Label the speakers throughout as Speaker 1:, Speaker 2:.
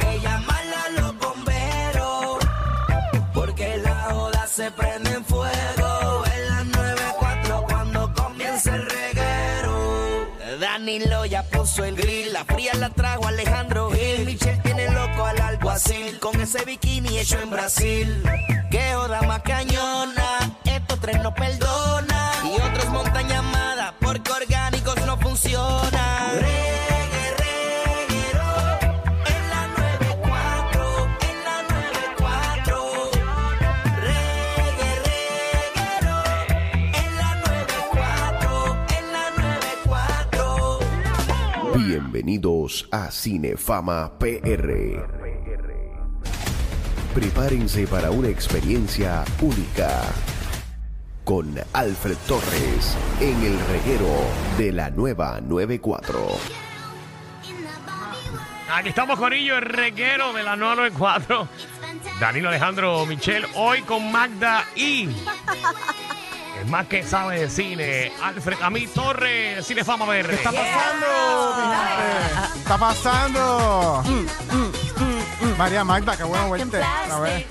Speaker 1: que llamar a los bomberos porque la olas se prende en fuego. En las 94 cuando comienza el reguero. Danilo ya puso el grill, la fría la trajo Alejandro Gil. Michelle tiene loco al alguacil con ese bikini hecho en Brasil. Qué joda más cañona, estos tres no perdonan. Y otros montan llamada porque orgánicos no funcionan. Reggae, reguero. En la 94, en la 94, reggae, reguero. En la 94, en la 94.
Speaker 2: Bienvenidos a Cinefama PR. Prepárense para una experiencia única con Alfred Torres en el reguero de la nueva 94.
Speaker 3: Aquí estamos Corillo, el reguero de la 994. Danilo Alejandro Michel, hoy con Magda y el más que sabe de cine, Alfred Ami Torres, Cinefama Verde.
Speaker 4: ¿Qué está pasando, mi gente? ¿Qué está pasando? María Magda, qué bueno verte. A ver.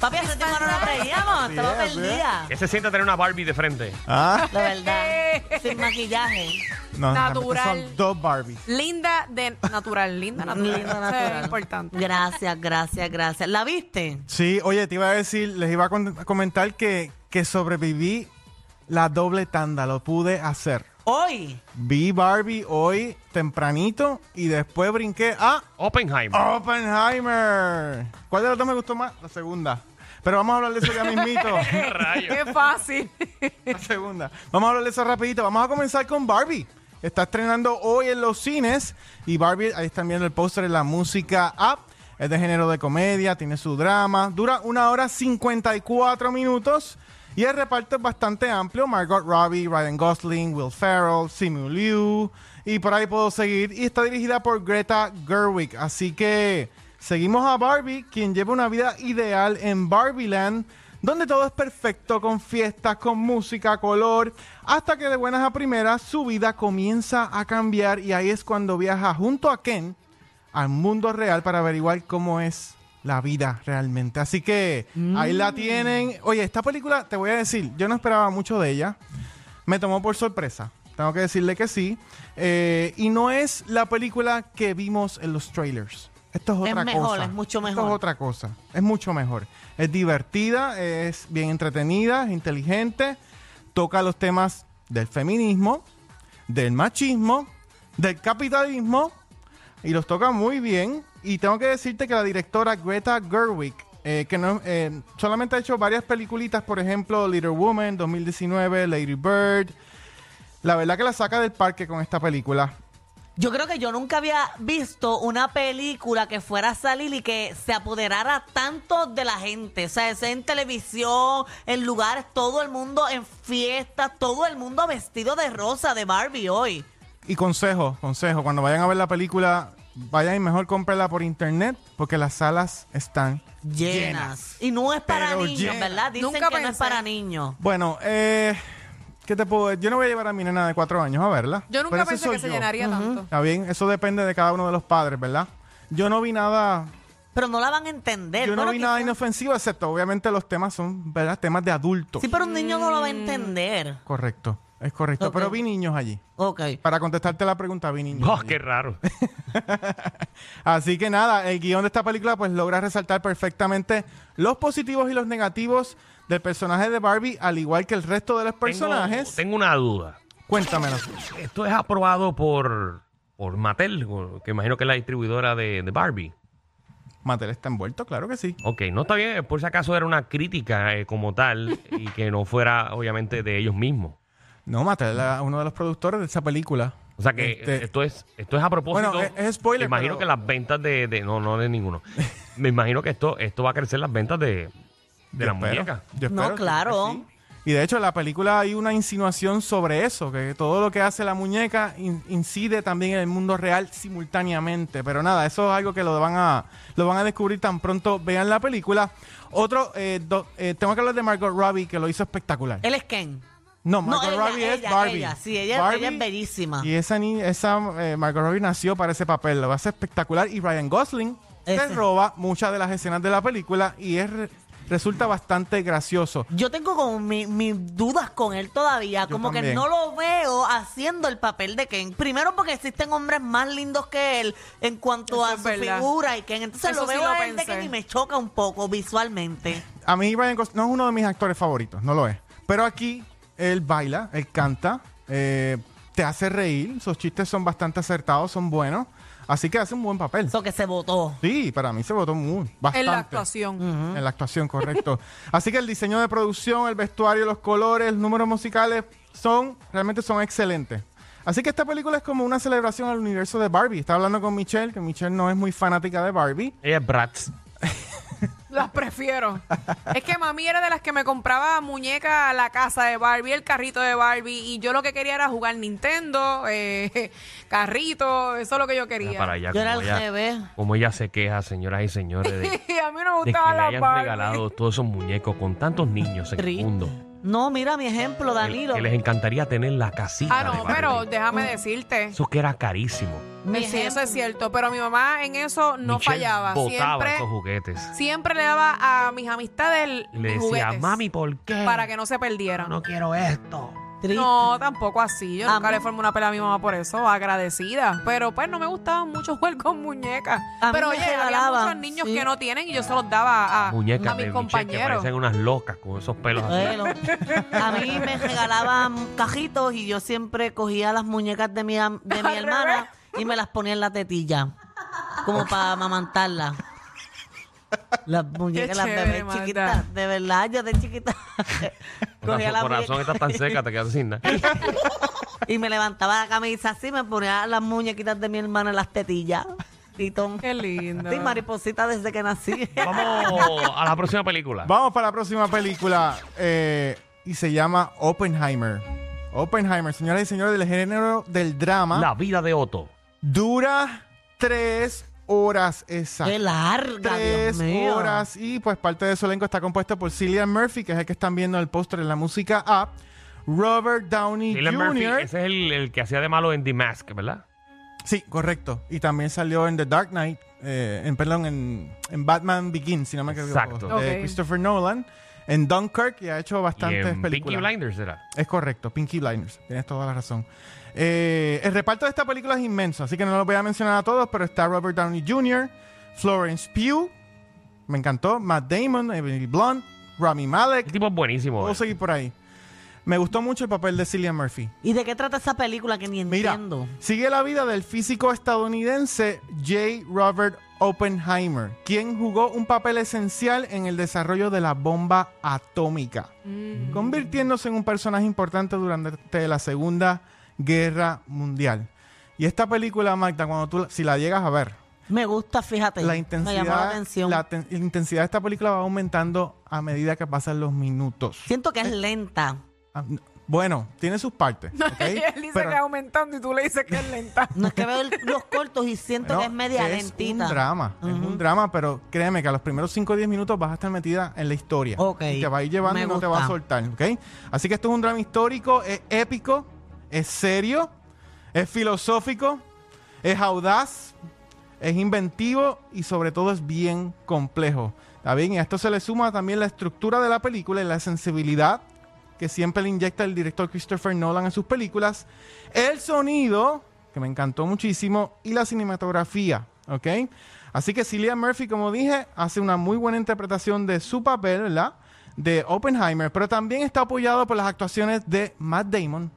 Speaker 5: Papi, hace tiempo no nos reíamos, estaba
Speaker 4: así es.
Speaker 5: perdida.
Speaker 3: ¿Qué se siente tener una Barbie de frente?
Speaker 4: Ah,
Speaker 5: La verdad, sin maquillaje.
Speaker 4: no,
Speaker 6: Natural.
Speaker 4: realmente Son dos Barbies.
Speaker 6: Linda de natural, linda natural.
Speaker 5: Linda
Speaker 6: Eso
Speaker 5: natural.
Speaker 6: Es importante.
Speaker 5: Gracias, gracias, gracias. ¿La viste?
Speaker 4: Sí, oye, te iba a decir, les iba a con- comentar que, que sobreviví la doble tanda, lo pude hacer.
Speaker 5: Hoy.
Speaker 4: Vi Barbie hoy tempranito y después brinqué a Oh.
Speaker 3: Oppenheimer.
Speaker 4: Oppenheimer. ¿Cuál de las dos me gustó más? La segunda. Pero vamos a hablar de eso ya mismito.
Speaker 3: Rayos.
Speaker 6: Qué fácil.
Speaker 4: La segunda. Vamos a hablar de eso rapidito. Vamos a comenzar con Barbie. Está estrenando hoy en los cines. Y Barbie, ahí están viendo el póster en la música app. Es de género de comedia, tiene su drama. Dura una hora 54 minutos. Y el reparto es bastante amplio. Margot Robbie, Ryan Gosling, Will Ferrell, Simu Liu. Y por ahí puedo seguir. Y está dirigida por Greta Gerwig. Así que seguimos a Barbie, quien lleva una vida ideal en Barbieland donde todo es perfecto, con fiestas, con música, color, hasta que de buenas a primeras su vida comienza a cambiar y ahí es cuando viaja junto a Ken al mundo real para averiguar cómo es la vida realmente. Así que ahí
Speaker 5: Mm.
Speaker 4: la tienen. Oye, esta película, te voy a decir, yo no esperaba mucho de ella me tomó por sorpresa. Tengo que decirle que sí. Eh, y no es la película que vimos en los trailers. Esto es
Speaker 5: Es
Speaker 4: otra
Speaker 5: mejor,
Speaker 4: cosa.
Speaker 5: es mucho
Speaker 4: Esto
Speaker 5: mejor.
Speaker 4: es otra cosa. Es mucho mejor. Es divertida, es bien entretenida, es inteligente. Toca los temas del feminismo, del machismo, del capitalismo y los toca muy bien. Y tengo que decirte que la directora Greta Gerwig, eh, que no, eh, solamente ha hecho varias peliculitas, por ejemplo, Little Woman 2019, Lady Bird, la verdad que la saca del parque con esta película.
Speaker 5: Yo creo que yo nunca había visto una película que fuera a salir y que se apoderara tanto de la gente. O sea, es en televisión, en lugares, todo el mundo en fiestas, todo el mundo vestido de rosa de Barbie hoy.
Speaker 4: Y consejo, consejo, cuando vayan a ver la película, vayan y mejor cómprala por internet porque las salas están...
Speaker 5: Llenas. Y no es para
Speaker 4: Pero
Speaker 5: niños,
Speaker 4: llenas.
Speaker 5: ¿verdad? Dicen
Speaker 6: Nunca
Speaker 5: que no es
Speaker 6: pensé.
Speaker 5: para niños.
Speaker 4: Bueno, eh, ¿qué te puedo...? Yo no voy a llevar a mi nena de cuatro años a verla.
Speaker 6: Yo nunca
Speaker 4: Pero ese
Speaker 6: pensé
Speaker 4: soy
Speaker 6: que se
Speaker 4: yo.
Speaker 6: llenaría tanto.
Speaker 4: Está bien, eso depende de cada uno de los padres, ¿verdad? Yo no vi nada
Speaker 5: Pero no la van a entender.
Speaker 4: Yo no
Speaker 5: Eh, Bueno,
Speaker 4: vi nada
Speaker 5: quizás-
Speaker 4: inofensivo, excepto obviamente los temas son, ¿verdad? Temas de adultos.
Speaker 5: Sí, pero un niño no lo va
Speaker 6: Mm.
Speaker 5: a entender.
Speaker 4: Correcto, es correcto.
Speaker 5: Ok.
Speaker 4: Pero vi niños allí.
Speaker 5: Ok.
Speaker 4: Para contestarte la pregunta, vi niños.
Speaker 3: Oh,
Speaker 4: allí.
Speaker 3: qué raro.
Speaker 4: Así que nada, el guión de esta película pues logra resaltar perfectamente los positivos y los negativos del personaje de Barbie, al igual que el resto de los personajes.
Speaker 3: Tengo, tengo una duda.
Speaker 4: Cuéntamelo.
Speaker 3: Esto es aprobado por, por Mattel, que imagino que es la distribuidora de, de Barbie.
Speaker 4: Mattel está envuelto, claro que sí.
Speaker 3: Ok, no está bien, por si acaso era una crítica eh, como tal y que no fuera obviamente de ellos mismos.
Speaker 4: No, Mattel es uno de los productores de esa película.
Speaker 3: O sea que
Speaker 4: Este,
Speaker 3: esto es esto es a propósito.
Speaker 4: Bueno, es- es spoiler,
Speaker 3: Me imagino
Speaker 4: pero-
Speaker 3: que las ventas de, de- no no de ninguno. me imagino que esto esto va a crecer las ventas de de
Speaker 4: Yo
Speaker 3: la
Speaker 4: espero,
Speaker 3: muñeca.
Speaker 4: yo
Speaker 5: No,
Speaker 4: espero que-
Speaker 5: claro.
Speaker 4: que sí. Y de hecho, en la película hay una insinuación sobre eso, que todo lo que hace la muñeca in- incide también en el mundo real simultáneamente. Pero nada, eso es algo que lo van a, lo van a descubrir tan pronto vean la película. Otro, eh, do- eh, tengo que hablar de Margot Robbie, que lo hizo espectacular.
Speaker 5: Él es Ken.
Speaker 4: No,
Speaker 5: Eh, No,
Speaker 4: Margot
Speaker 5: ella,
Speaker 4: Robbie es
Speaker 5: ella,
Speaker 4: Barbie.
Speaker 5: ella. Sí, ella-
Speaker 4: Barbie,
Speaker 5: ella es bellísima.
Speaker 4: Y esa, ni- esa eh, Margot Robbie nació para ese papel, lo va a hacer espectacular. Y Ryan Gosling se
Speaker 5: Ese.
Speaker 4: roba muchas de las escenas de la película y es, re- resulta bastante gracioso.
Speaker 5: Yo tengo como mi- mis dudas con él todavía,
Speaker 4: Yo
Speaker 5: como que
Speaker 4: también.
Speaker 5: no lo veo haciendo el papel de Ken. Primero porque existen hombres más lindos que él en cuanto
Speaker 6: Eso
Speaker 5: a
Speaker 6: es
Speaker 5: su
Speaker 6: verdad.
Speaker 5: figura y Ken. Entonces
Speaker 6: Eso
Speaker 5: lo
Speaker 6: sí
Speaker 5: veo
Speaker 6: lo
Speaker 5: a él de
Speaker 6: pensé.
Speaker 5: Ken y me choca un poco visualmente.
Speaker 4: A mí Ryan Gosling no es uno de mis actores favoritos, no lo es. Pero aquí él baila, él canta, eh, te hace reír, sus chistes son bastante acertados, son buenos. Así que hace un buen papel.
Speaker 5: Eso que se votó.
Speaker 4: Sí, para mí se votó muy, bastante. Mm.
Speaker 6: En la actuación.
Speaker 4: En la actuación, correcto. Así que el diseño de producción, el vestuario, los colores, números musicales son realmente son excelentes. Así que esta película es como una celebración al universo de Barbie. Estaba hablando con Michelle, que Michelle no es muy fanática de Barbie.
Speaker 3: Ella es Bratz.
Speaker 6: Las prefiero. es que mami era de las que me compraba muñeca a la casa de Barbie, el carrito de Barbie, y yo lo que quería era jugar Nintendo, eh, carrito, eso es lo que yo
Speaker 3: Mira
Speaker 6: quería.
Speaker 3: Para allá,
Speaker 5: Yo era
Speaker 3: como
Speaker 5: el
Speaker 3: ella-
Speaker 5: revés.
Speaker 3: Como ella se queja, señoras y señores, de, de
Speaker 6: Y a mí no me
Speaker 3: que le
Speaker 6: gustaba la
Speaker 3: hayan
Speaker 6: Barbie.
Speaker 3: regalado todos esos muñecos con tantos niños en el
Speaker 5: Triste.
Speaker 3: mundo.
Speaker 5: No, mira mi ejemplo,
Speaker 3: Que-
Speaker 5: Danilo.
Speaker 3: Que les encantaría tener la casita.
Speaker 6: Ah,
Speaker 3: de
Speaker 6: no,
Speaker 3: Barbie.
Speaker 6: pero déjame decirte.
Speaker 3: Eso que era carísimo.
Speaker 5: Mi
Speaker 6: Sí, eso
Speaker 5: ejemplo.
Speaker 6: es cierto, pero mi mamá en eso no
Speaker 3: Michelle
Speaker 6: fallaba.
Speaker 3: Botaba
Speaker 6: Siempre,
Speaker 3: esos juguetes.
Speaker 6: siempre le daba a mis amistades el-
Speaker 3: Y le
Speaker 6: mis
Speaker 3: decía,
Speaker 6: juguetes
Speaker 3: mami, ¿por
Speaker 5: Mm.
Speaker 3: qué?
Speaker 6: para que no se perdieran.
Speaker 3: no quiero esto.
Speaker 5: Triste.
Speaker 6: No, tampoco así. Yo
Speaker 5: A
Speaker 6: nunca
Speaker 5: mí-
Speaker 6: le formé una pela a mi mamá por eso, agradecida. Pero pues no me gustaba mucho jugar con muñecas.
Speaker 5: A mí
Speaker 6: Pero
Speaker 5: me
Speaker 6: oye, había
Speaker 5: regalaban,
Speaker 6: muchos niños
Speaker 5: sí.
Speaker 6: que no tienen y yo se los daba a, a mis
Speaker 3: Muñecas de Michelle que
Speaker 6: compañeros.
Speaker 3: parecen unas locas con esos pelos así.
Speaker 5: Bueno, a mí me regalaban cajitos y yo siempre cogía las muñecas de mi, am- de mi hermana y me las ponía en la tetilla, como para amamantarla. Las muñecas, las
Speaker 6: chévere,
Speaker 5: bebés
Speaker 6: Magda.
Speaker 5: chiquitas, de verdad, yo de chiquita cogía
Speaker 3: Corazón,
Speaker 5: las
Speaker 3: corazón está
Speaker 5: muñecas
Speaker 3: tan seca, te quedas sin nada.
Speaker 5: y me levantaba la camisa así, me ponía las muñequitas de mi hermana en las tetillas. Titón.
Speaker 6: Qué lindo.
Speaker 5: Sí, mariposita desde que nací.
Speaker 3: Vamos a la próxima película.
Speaker 4: Vamos para la próxima película eh, y se llama Oppenheimer. Oppenheimer, señoras y señores, del género del drama.
Speaker 3: La vida de Otto.
Speaker 4: Dura tres horas
Speaker 5: Qué
Speaker 4: exactas.
Speaker 5: larga,
Speaker 4: Tres
Speaker 5: Ah, Dios mío.
Speaker 4: horas y pues parte de su elenco está compuesto por Cillian Murphy, que es el que están viendo en el póster en la música A, Robert Downey
Speaker 3: Cillian
Speaker 4: Jr.
Speaker 3: Murphy, ese es el, el que hacía de malo en The Mask, ¿verdad?
Speaker 4: Sí, correcto. Y también salió en The Dark Knight, eh, en, perdón, en, en Batman Begins, si no me equivoco,
Speaker 3: Exacto.
Speaker 4: de
Speaker 6: Ok.
Speaker 4: Christopher Nolan, en Dunkirk y ha hecho
Speaker 3: Y
Speaker 4: bastantes
Speaker 3: en Peaky
Speaker 4: películas.
Speaker 3: Blinders era.
Speaker 4: Es correcto, Pinky Blinders. Tienes toda la razón. Eh, el reparto de esta película es inmenso, así que no lo voy a mencionar a todos, pero está Robert Downey Jr., Florence Pugh, me encantó, Matt Damon, Emily Blunt, Rami
Speaker 3: El
Speaker 4: Malek.
Speaker 3: tipo es buenísimo.
Speaker 4: Puedo
Speaker 3: eh.
Speaker 4: seguir por ahí. Me gustó mucho el papel de Cillian Murphy.
Speaker 5: ¿Y de qué trata esa película que ni
Speaker 4: Mira,
Speaker 5: entiendo?
Speaker 4: sigue la vida del físico estadounidense J. Robert Oppenheimer, quien jugó un papel esencial en el desarrollo de la bomba atómica,
Speaker 5: Mm.
Speaker 4: convirtiéndose en un personaje importante durante la Segunda Guerra Mundial. Y esta película, Magda, cuando tú, la- si la llegas a ver,
Speaker 5: Me gusta, fíjate.
Speaker 4: la
Speaker 5: Me llamó la
Speaker 4: intensidad,
Speaker 5: atención.
Speaker 4: la ten- la intensidad de esta película va aumentando a medida que pasan los minutos.
Speaker 5: Siento que es lenta.
Speaker 4: Ah, n- Bueno, tiene sus partes. ¿ok?
Speaker 6: Y él dice
Speaker 4: Pero-
Speaker 6: que es aumentando y tú le dices que es lenta.
Speaker 5: No es que veo el- los cortos y siento
Speaker 4: Bueno,
Speaker 5: que es media
Speaker 4: es
Speaker 5: lentita.
Speaker 4: un drama, es un drama, pero créeme que a los primeros 5 o 10 minutos vas a estar metida en la historia.
Speaker 5: Ok,
Speaker 4: Y te va a ir llevando
Speaker 5: me
Speaker 4: y no te va a
Speaker 5: gusta.
Speaker 4: soltar, ¿ok? Así que esto es un drama histórico, es épico, es serio, es filosófico, es audaz, es inventivo y sobre todo es bien complejo. ¿Está bien? Y a esto se le suma también la estructura de la película y la sensibilidad que siempre le inyecta el director Christopher Nolan en sus películas, el sonido, que me encantó muchísimo, y la cinematografía, ¿ok? Así que Cillian Murphy, como dije, hace una muy buena interpretación de su papel, ¿verdad? De Oppenheimer, pero también está apoyado por las actuaciones de Matt Damon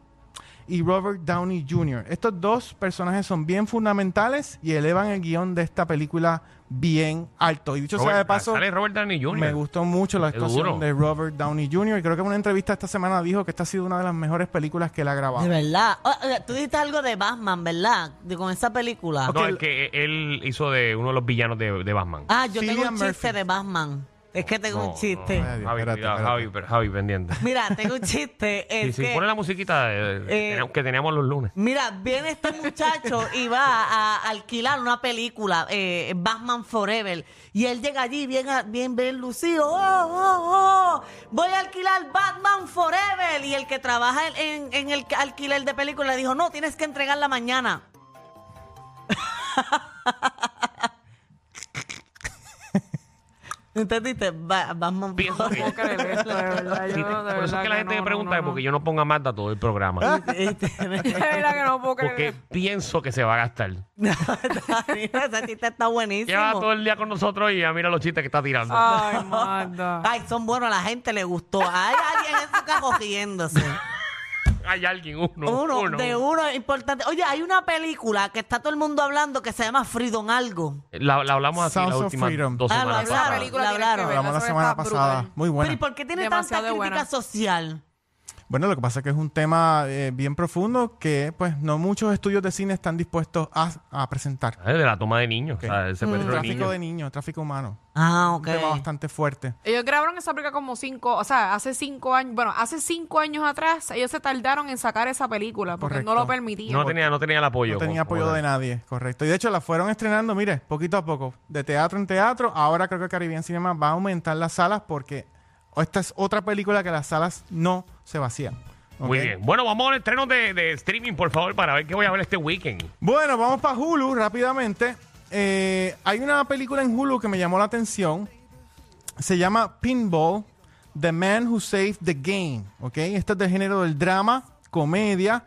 Speaker 4: y Robert Downey Jr. Estos dos personajes son bien fundamentales y elevan el guión de esta película bien alto. Y dicho sea de
Speaker 3: Robert-
Speaker 4: paso...
Speaker 3: Sale Robert Downey Jr.
Speaker 4: Me gustó mucho la
Speaker 3: Qué duro.
Speaker 4: actuación de Robert Downey Jr. Creo que en una entrevista esta semana dijo que esta ha sido una de las mejores películas que él ha
Speaker 5: De
Speaker 4: grabado.
Speaker 5: verdad. Ah, ah, tú dijiste algo de Batman, ¿verdad? De- con esa película.
Speaker 3: No, el que él hizo de uno de los villanos de, de Batman.
Speaker 5: Ah, yo tengo
Speaker 4: Cillian
Speaker 5: un chiste
Speaker 4: Murphy.
Speaker 5: de Batman. Es que tengo
Speaker 3: No,
Speaker 5: un chiste.
Speaker 3: no, no. Javi,
Speaker 4: Espérate,
Speaker 3: cuidado,
Speaker 4: espérate.
Speaker 3: Javi, pero- Javi, pendiente.
Speaker 5: Mira, tengo un chiste.
Speaker 3: Sí,
Speaker 5: Es
Speaker 3: sí,
Speaker 5: que-
Speaker 3: pone la musiquita eh,
Speaker 5: Eh,
Speaker 3: que teníamos los lunes.
Speaker 5: Mira, viene este muchacho y va a alquilar una película, eh, Batman Forever. Y él llega allí bien, a- bien, bien lucido. ¡Oh, oh, oh! Voy a alquilar Batman Forever. Y el que trabaja en, en- en el alquiler de película le dijo, no, tienes que entregarla mañana. ¿Entendiste? Ba- Batman
Speaker 3: Pienso que-
Speaker 6: No puedo creer esto, de verdad.
Speaker 3: Sí,
Speaker 6: Yo, de
Speaker 3: por eso
Speaker 6: verdad
Speaker 3: es que la gente
Speaker 6: no,
Speaker 3: me pregunta
Speaker 6: no,
Speaker 3: es
Speaker 6: no,
Speaker 3: porque yo no ponga Magda todo el
Speaker 4: Ah,
Speaker 3: programa.
Speaker 6: no. De verdad que no puedo creer
Speaker 3: Porque
Speaker 6: esto.
Speaker 3: pienso que se va a gastar.
Speaker 5: Mira, ese chiste está buenísimo.
Speaker 3: Lleva todo el día con nosotros y ya mira los chistes que está tirando.
Speaker 5: Ah.
Speaker 6: Ay, Magda.
Speaker 5: Ay, son buenos, a la gente le gustó. Hay alguien en su carro riéndose.
Speaker 3: Hay alguien, uno.
Speaker 5: Uno, de uno es importante. Oye, hay una película que está todo el mundo hablando que se llama Freedom Algo.
Speaker 3: La, la hablamos así
Speaker 4: Sounds
Speaker 3: las
Speaker 4: of
Speaker 3: últimas
Speaker 4: freedom.
Speaker 3: dos
Speaker 5: Ah, lo
Speaker 3: semanas.
Speaker 6: Esa
Speaker 5: hablaron.
Speaker 3: pasadas.
Speaker 6: película
Speaker 5: la
Speaker 6: tienes que
Speaker 5: hablaron.
Speaker 6: verla,
Speaker 4: Hablamos la
Speaker 6: eso
Speaker 4: semana
Speaker 6: está
Speaker 4: pasada.
Speaker 6: brutal.
Speaker 4: Muy
Speaker 5: Pero ¿y
Speaker 4: buena.
Speaker 5: por qué tiene
Speaker 6: Demasiado
Speaker 5: tanta crítica
Speaker 6: buena.
Speaker 5: social?
Speaker 4: Bueno, lo que pasa es que es un tema eh, bien profundo que pues no muchos estudios de cine están dispuestos a, a presentar.
Speaker 3: Ah, De la toma de niños,
Speaker 4: Ok.
Speaker 3: o sea, el
Speaker 5: Mm.
Speaker 3: secuestro de
Speaker 4: tráfico
Speaker 3: niños.
Speaker 4: de niños, tráfico humano.
Speaker 5: Ah,
Speaker 4: Un tema
Speaker 5: ok.
Speaker 4: bastante fuerte.
Speaker 6: Ellos grabaron esa película como cinco, o sea, hace cinco años, bueno, hace cinco años atrás, ellos se tardaron en sacar esa película porque
Speaker 4: Correcto.
Speaker 6: no lo permitían.
Speaker 3: No tenía, no tenía el apoyo.
Speaker 4: No tenía
Speaker 3: como-
Speaker 4: apoyo
Speaker 3: como-
Speaker 4: de nadie, correcto. Y de hecho la fueron estrenando, mire, poquito a poco, de teatro en teatro. Ahora creo que Caribbean Cinema va a aumentar las salas porque esta es otra película que las salas no se vacían. ¿ok?
Speaker 3: Muy bien. Bueno, vamos al estreno de, de streaming, por favor, para ver qué voy a ver este weekend.
Speaker 4: Bueno, vamos para Hulu rápidamente. Eh, hay una película en Hulu que me llamó la atención. Se llama Pinball, The Man Who Saved the Game. ¿Ok? Esta es del género del drama, comedia.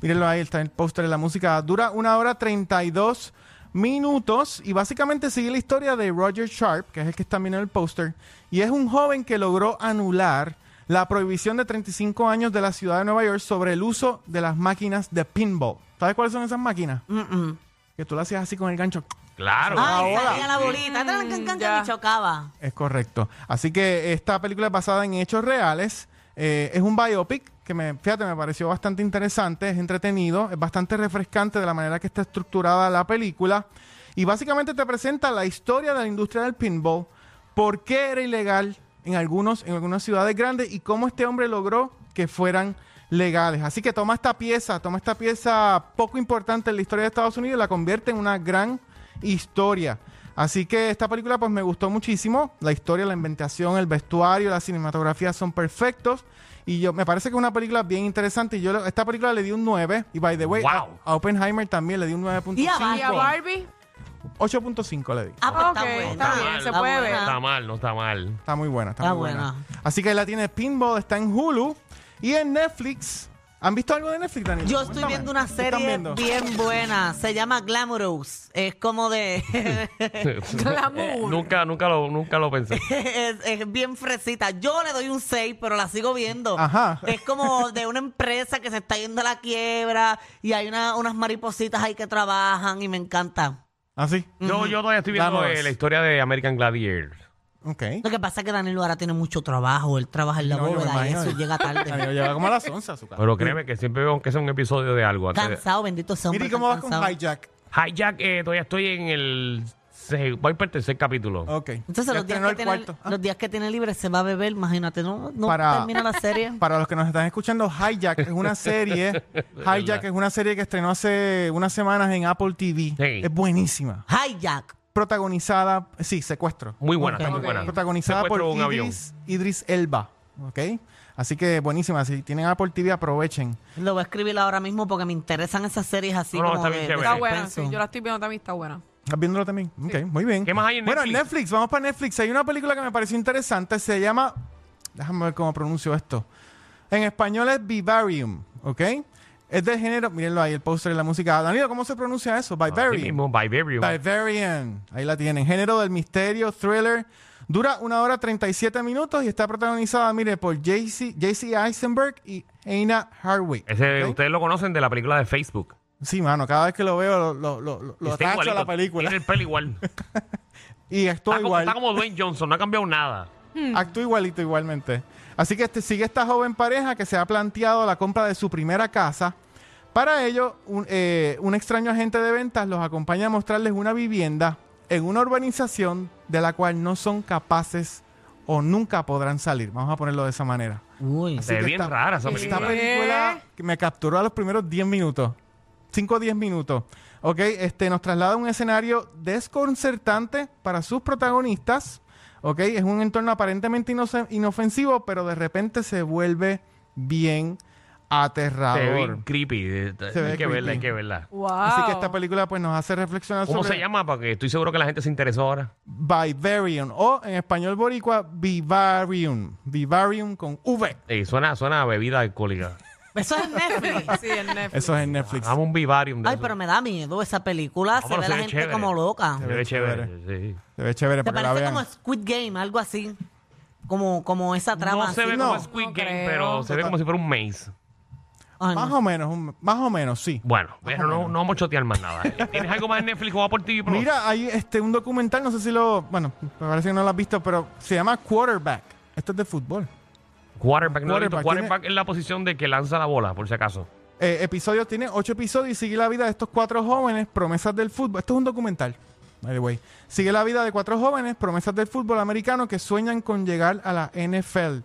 Speaker 4: Mírenlo ahí, está el póster de la música. Dura una hora 32 minutos y básicamente sigue la historia de Roger Sharp, que es el que está mirando el póster. Y es un joven que logró anular la prohibición de 35 años de la ciudad de Nueva York sobre el uso de las máquinas de pinball. ¿Sabes cuáles son esas máquinas?
Speaker 5: Mm-mm.
Speaker 4: Que tú lo hacías así con el gancho.
Speaker 3: Claro.
Speaker 5: Ah,
Speaker 3: Sí,
Speaker 5: y mm. salía
Speaker 3: sí,
Speaker 5: la
Speaker 3: sí.
Speaker 5: bolita. tan, tan, tan, tan,
Speaker 6: ya.
Speaker 5: Y chocaba.
Speaker 4: Es correcto. Así que esta película es basada en hechos reales. Eh, es un biopic que me, fíjate, me pareció bastante interesante, es entretenido, es bastante refrescante de la manera que está estructurada la película. Y básicamente te presenta la historia de la industria del pinball, por qué era ilegal en, algunos, en algunas ciudades grandes y cómo este hombre logró que fueran legales. Así que toma esta pieza, toma esta pieza poco importante en la historia de Estados Unidos y la convierte en una gran historia. Así que esta película pues me gustó muchísimo. La historia, la inventación, el vestuario, la cinematografía son perfectos. Y yo me parece que es una película bien interesante. Y yo le- esta película le di un 9. Y by the way,
Speaker 3: Wow.
Speaker 4: a, a Oppenheimer también le di un
Speaker 5: Y a
Speaker 4: 9.5.
Speaker 6: Y a
Speaker 5: Barbie.
Speaker 4: 8.5 le di.
Speaker 5: Ah, pues
Speaker 6: Ah,
Speaker 5: está
Speaker 6: ok,
Speaker 5: buena.
Speaker 6: está bien, se puede
Speaker 5: buena.
Speaker 6: ver.
Speaker 3: Está mal, no está mal.
Speaker 4: Está muy buena, está,
Speaker 5: Está
Speaker 4: muy buena.
Speaker 5: buena.
Speaker 4: Así que ahí la tiene Pinball, está en Hulu y en Netflix. ¿Han visto algo de Netflix, Daniel?
Speaker 5: Yo estoy
Speaker 4: Cuéntame,
Speaker 5: viendo una
Speaker 4: ¿qué están
Speaker 5: serie
Speaker 4: viendo?
Speaker 5: bien buena. Se llama Glamorous. Es como de...
Speaker 6: Glamour.
Speaker 3: Eh, nunca, nunca lo, nunca lo pensé.
Speaker 5: es, es bien fresita. Yo le doy un 6, pero la sigo viendo.
Speaker 4: Ajá.
Speaker 5: Es como de una empresa que se está yendo a la quiebra y hay una- unas maripositas ahí que trabajan y me encanta.
Speaker 4: ¿Ah, sí?
Speaker 3: Yo, yo todavía estoy viendo
Speaker 4: Vamos.
Speaker 3: eh, la historia de American Gladiator.
Speaker 4: Ok.
Speaker 5: Lo que pasa es que Daniel ahora tiene mucho trabajo. Él trabaja en la
Speaker 4: No, yo me
Speaker 5: bóveda y
Speaker 4: imagino.
Speaker 5: eso llega
Speaker 4: Daniel
Speaker 5: tarde.
Speaker 4: Llega como a las 11 a su casa.
Speaker 3: Pero créeme que siempre veo aunque sea un episodio de algo. Antes de-
Speaker 5: cansado, bendito sea.
Speaker 4: Mira, ¿y
Speaker 5: hombre,
Speaker 4: cómo
Speaker 5: tan
Speaker 4: vas con
Speaker 5: cansado.
Speaker 4: Hijack?
Speaker 3: Hijack, eh, todavía estoy en el. se- voy por el tercer capítulo.
Speaker 4: Ok.
Speaker 5: Entonces
Speaker 4: Ya
Speaker 5: los días,
Speaker 4: estrenó
Speaker 5: que
Speaker 4: el
Speaker 5: tiene,
Speaker 4: cuarto. Ah.
Speaker 5: los días que tiene libre se va a beber, imagínate, no, no
Speaker 4: Para-
Speaker 5: termina la serie.
Speaker 4: Para los que nos están escuchando, Hijack es una serie. Hijack es una serie que estrenó hace unas semanas en Apple TV.
Speaker 3: Sí.
Speaker 4: Es buenísima.
Speaker 5: Hijack.
Speaker 4: Protagonizada, sí, secuestro.
Speaker 3: Muy buena, está muy
Speaker 6: Ok.
Speaker 3: buena.
Speaker 4: Protagonizada por
Speaker 3: Secuestro de un avión.
Speaker 4: Idris, Idris Elba. ¿Ok? Así que buenísima. Si tienen Apple TV, aprovechen.
Speaker 5: Lo voy a escribir ahora mismo porque me interesan esas series así
Speaker 3: No, no,
Speaker 5: como
Speaker 3: está
Speaker 5: de,
Speaker 3: bien
Speaker 5: de
Speaker 3: chévere.
Speaker 6: Está buena,
Speaker 5: suspenso.
Speaker 6: sí, yo la estoy viendo también, está buena.
Speaker 4: ¿Estás viéndolo también? Ok, muy bien.
Speaker 3: ¿Qué más hay en
Speaker 4: Bueno,
Speaker 3: Netflix?
Speaker 4: en Netflix, vamos para Netflix. Hay una película que me pareció interesante, se llama... Déjame ver cómo pronuncio esto. En español es Vivarium, ¿ok? Es del género... Mírenlo ahí, el póster de la música. Danilo, ¿cómo se pronuncia eso?
Speaker 3: Así
Speaker 4: Vivarium.
Speaker 3: Ah, mismo, Vivarium.
Speaker 4: Bavarian. Ahí la tienen. Género del misterio, thriller. Dura una hora 37 minutos y está protagonizada, mire, por JC JC Eisenberg y Aina Hardwick.
Speaker 3: Ese,
Speaker 4: ¿ok?
Speaker 3: Ustedes lo conocen de la película de Facebook.
Speaker 4: Sí, mano, cada vez que lo veo lo, lo, lo- lo- lo
Speaker 3: Está
Speaker 4: tacho a
Speaker 3: igualito.
Speaker 4: la película.
Speaker 3: Tiene el pelo igual.
Speaker 4: Y actúa
Speaker 3: está, como,
Speaker 4: igual.
Speaker 3: está como Dwayne Johnson, no ha cambiado nada.
Speaker 4: Actúa igualito igualmente. Así que este, sigue esta joven pareja que se ha planteado la compra de su primera casa. Para ello, un, eh, un extraño agente de ventas los acompaña a mostrarles una vivienda en una urbanización de la cual no son capaces o nunca podrán salir. Vamos a ponerlo de esa manera.
Speaker 5: Uy.
Speaker 4: Así
Speaker 3: Se ve
Speaker 4: que
Speaker 3: bien
Speaker 4: esta-
Speaker 3: rara esa
Speaker 4: Esta
Speaker 3: película.
Speaker 4: película que me capturó a los primeros 10 minutos. 5 o 10 minutos. Ok, este, nos traslada a un escenario desconcertante para sus protagonistas. Ok, es un entorno aparentemente inoce- inofensivo, pero de repente se vuelve bien
Speaker 3: Se ve bien
Speaker 4: aterrador.
Speaker 3: creepy. eh,
Speaker 4: Se ve
Speaker 3: hay que verla, hay
Speaker 4: creepy.
Speaker 3: que verla.
Speaker 6: Wow.
Speaker 4: Así que esta película pues nos hace reflexionar
Speaker 3: ¿Cómo
Speaker 4: sobre
Speaker 3: se llama? Porque estoy seguro que la gente se interesó ahora.
Speaker 4: Vivarium o en español boricua Vivarium. Vivarium con V.
Speaker 3: Eh, suena, suena a bebida alcohólica.
Speaker 5: Eso es Netflix.
Speaker 6: Sí, en Netflix.
Speaker 4: Eso es en Netflix.
Speaker 3: Dame un vivarium de
Speaker 5: Ay,
Speaker 3: eso.
Speaker 5: pero me da miedo esa película.
Speaker 3: No,
Speaker 5: se
Speaker 3: pero
Speaker 5: ve
Speaker 3: se
Speaker 5: la
Speaker 3: ve
Speaker 5: gente
Speaker 3: chévere.
Speaker 5: como loca.
Speaker 3: Se
Speaker 4: Se ve
Speaker 3: ve chévere, sí.
Speaker 4: Se ve chévere
Speaker 5: Te
Speaker 4: para que la
Speaker 5: parece
Speaker 4: vean.
Speaker 5: como Squid Game, algo así. Como, como esa trama
Speaker 3: No se
Speaker 5: así.
Speaker 3: ve
Speaker 4: No.
Speaker 3: como Squid
Speaker 6: No
Speaker 3: Game,
Speaker 6: creo.
Speaker 3: pero se ve como si fuera un maze.
Speaker 5: Ay, no.
Speaker 4: Más o menos, un- más o menos, sí.
Speaker 3: Bueno, pero no, no vamos a chotear más nada. ¿Tienes algo más en Netflix o va por TV Plus?
Speaker 4: Mira, hay este un documental, no sé si lo, bueno, me parece que no lo has visto, pero se llama Quarterback. Esto es de fútbol.
Speaker 3: Quarterback, no lo he visto.
Speaker 4: Quarterback,
Speaker 3: Quarterback es la posición de que lanza la bola, por si acaso.
Speaker 4: Eh, episodios tiene ocho episodios y sigue la vida de estos cuatro jóvenes promesas del fútbol. Esto es un documental. By the way, sigue la vida de cuatro jóvenes promesas del fútbol americano que sueñan con llegar a la NFL.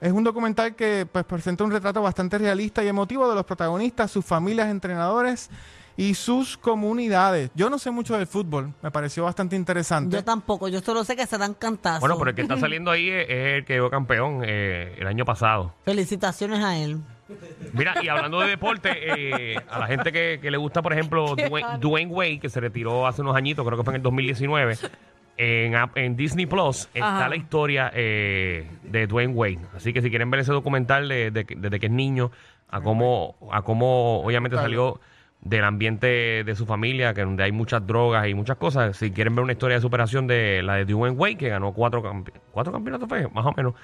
Speaker 4: Es un documental que pues, presenta un retrato bastante realista y emotivo de los protagonistas, sus familias, entrenadores y sus comunidades. Yo no sé mucho del fútbol, me pareció bastante interesante.
Speaker 5: Yo tampoco, yo solo sé que se dan cantazos.
Speaker 3: Bueno, pero el que está saliendo ahí es, es el que quedó campeón eh, el año pasado.
Speaker 5: Felicitaciones a él.
Speaker 3: Mira, y hablando de deporte, eh, a la gente que, que le gusta, por ejemplo, Dwayne, Dwayne Wade, que se retiró hace unos añitos, creo que fue en el 2019, en, app- en Disney Plus está
Speaker 6: Ajá.
Speaker 3: la historia eh, de Dwayne Wade. Así que si quieren ver ese documental de- de que- desde que es niño, a cómo, a cómo obviamente salió del ambiente de su familia, que donde hay muchas drogas y muchas cosas. Si quieren ver una historia de superación de la de Dwayne Wade, que ganó cuatro, campe- cuatro campeonatos, fue, más o menos,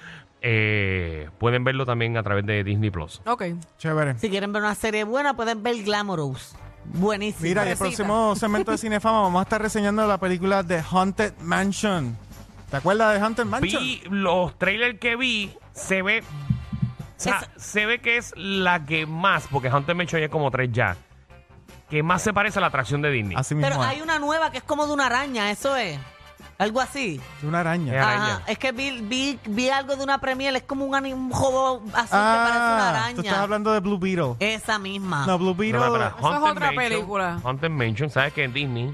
Speaker 3: eh, pueden verlo también a través de Disney Plus.
Speaker 6: Ok.
Speaker 4: Chévere.
Speaker 5: Si quieren ver una serie buena, pueden ver Glamorous. Buenísimo.
Speaker 4: Mira, y el
Speaker 6: pobrecita.
Speaker 4: próximo segmento de Cinefama vamos a estar reseñando la película The Haunted Mansion. ¿Te acuerdas de Haunted Mansion?
Speaker 3: vi los trailers que vi, se ve. o sea, se ve que es la que más, porque Hunter Mansion ya es como tres ya, que más se parece a la atracción de Disney.
Speaker 4: Así mismo.
Speaker 5: Pero
Speaker 4: es.
Speaker 5: hay una nueva que es como de una araña, eso es. Algo así.
Speaker 4: De una araña.
Speaker 3: Ya. Araña.
Speaker 5: Ajá. Es que vi, vi, vi algo de una premier, es como un, ani- un jobo así que parece una
Speaker 4: Ah,
Speaker 5: araña. Eh, ah.
Speaker 4: tú estás hablando de Blue Beetle.
Speaker 5: Esa misma.
Speaker 4: No, Blue
Speaker 3: Pero,
Speaker 4: Beetle.
Speaker 3: pero,
Speaker 6: es
Speaker 3: Haunted
Speaker 6: otra película.
Speaker 3: Haunted Mansion, ¿sabes que en Disney?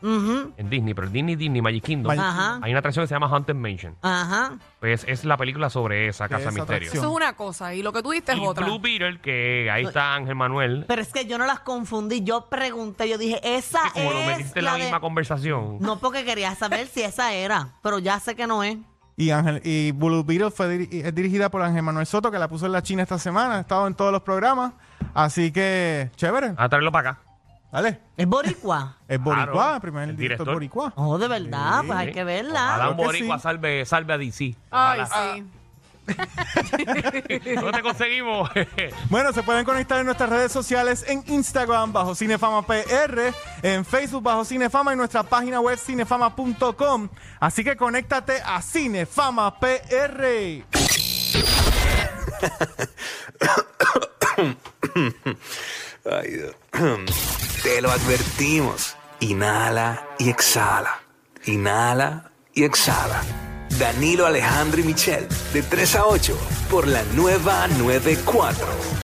Speaker 5: Ujú.
Speaker 3: En Disney, pero Disney, Disney, Magic Kingdom.
Speaker 4: Magic
Speaker 5: Ajá.
Speaker 3: Hay una atracción que se llama Haunted Mansion.
Speaker 5: Ajá.
Speaker 3: Pues es la película sobre esa casa
Speaker 4: esa
Speaker 3: misterio.
Speaker 4: atracción.
Speaker 6: Eso es una cosa. Y lo que tú diste es
Speaker 3: Y
Speaker 6: otra.
Speaker 3: Blue Beetle, que ahí está Ángel Manuel.
Speaker 5: Pero es que yo no las confundí. Yo pregunté, yo dije, esa
Speaker 3: que como lo
Speaker 5: es
Speaker 3: metiste en la,
Speaker 5: de-
Speaker 3: misma conversación.
Speaker 5: No, porque quería saber si esa era, pero ya sé que no es.
Speaker 4: Y, Ángel, y Blue Beetle fue diri- y es dirigida por Ángel Manuel Soto, que la puso en la China esta semana. Ha estado en todos los programas. Así que, chévere.
Speaker 3: A traerlo para acá.
Speaker 4: Dale.
Speaker 5: Es boricua.
Speaker 4: Es
Speaker 3: Claro.
Speaker 4: Boricua, primer
Speaker 3: El
Speaker 4: director,
Speaker 3: director.
Speaker 4: Boricua.
Speaker 5: Oh, de verdad, pues hay
Speaker 3: Sí.
Speaker 5: que verla.
Speaker 3: Ojalá un
Speaker 4: Claro que
Speaker 3: boricua
Speaker 4: sí.
Speaker 3: salve, salve a DC.
Speaker 6: Ay, sí.
Speaker 3: ¿Dónde te conseguimos?
Speaker 4: Bueno, se pueden conectar en nuestras redes sociales en Instagram bajo Cinefama PR, en Facebook bajo Cinefama y nuestra página web cinefama.com. Así que conéctate a Cinefama PR.
Speaker 7: Ay, Dios. Te lo advertimos. Inhala y exhala. Inhala y exhala. Danilo Alejandro y Michel, de 3 a 8, por la nueva 94.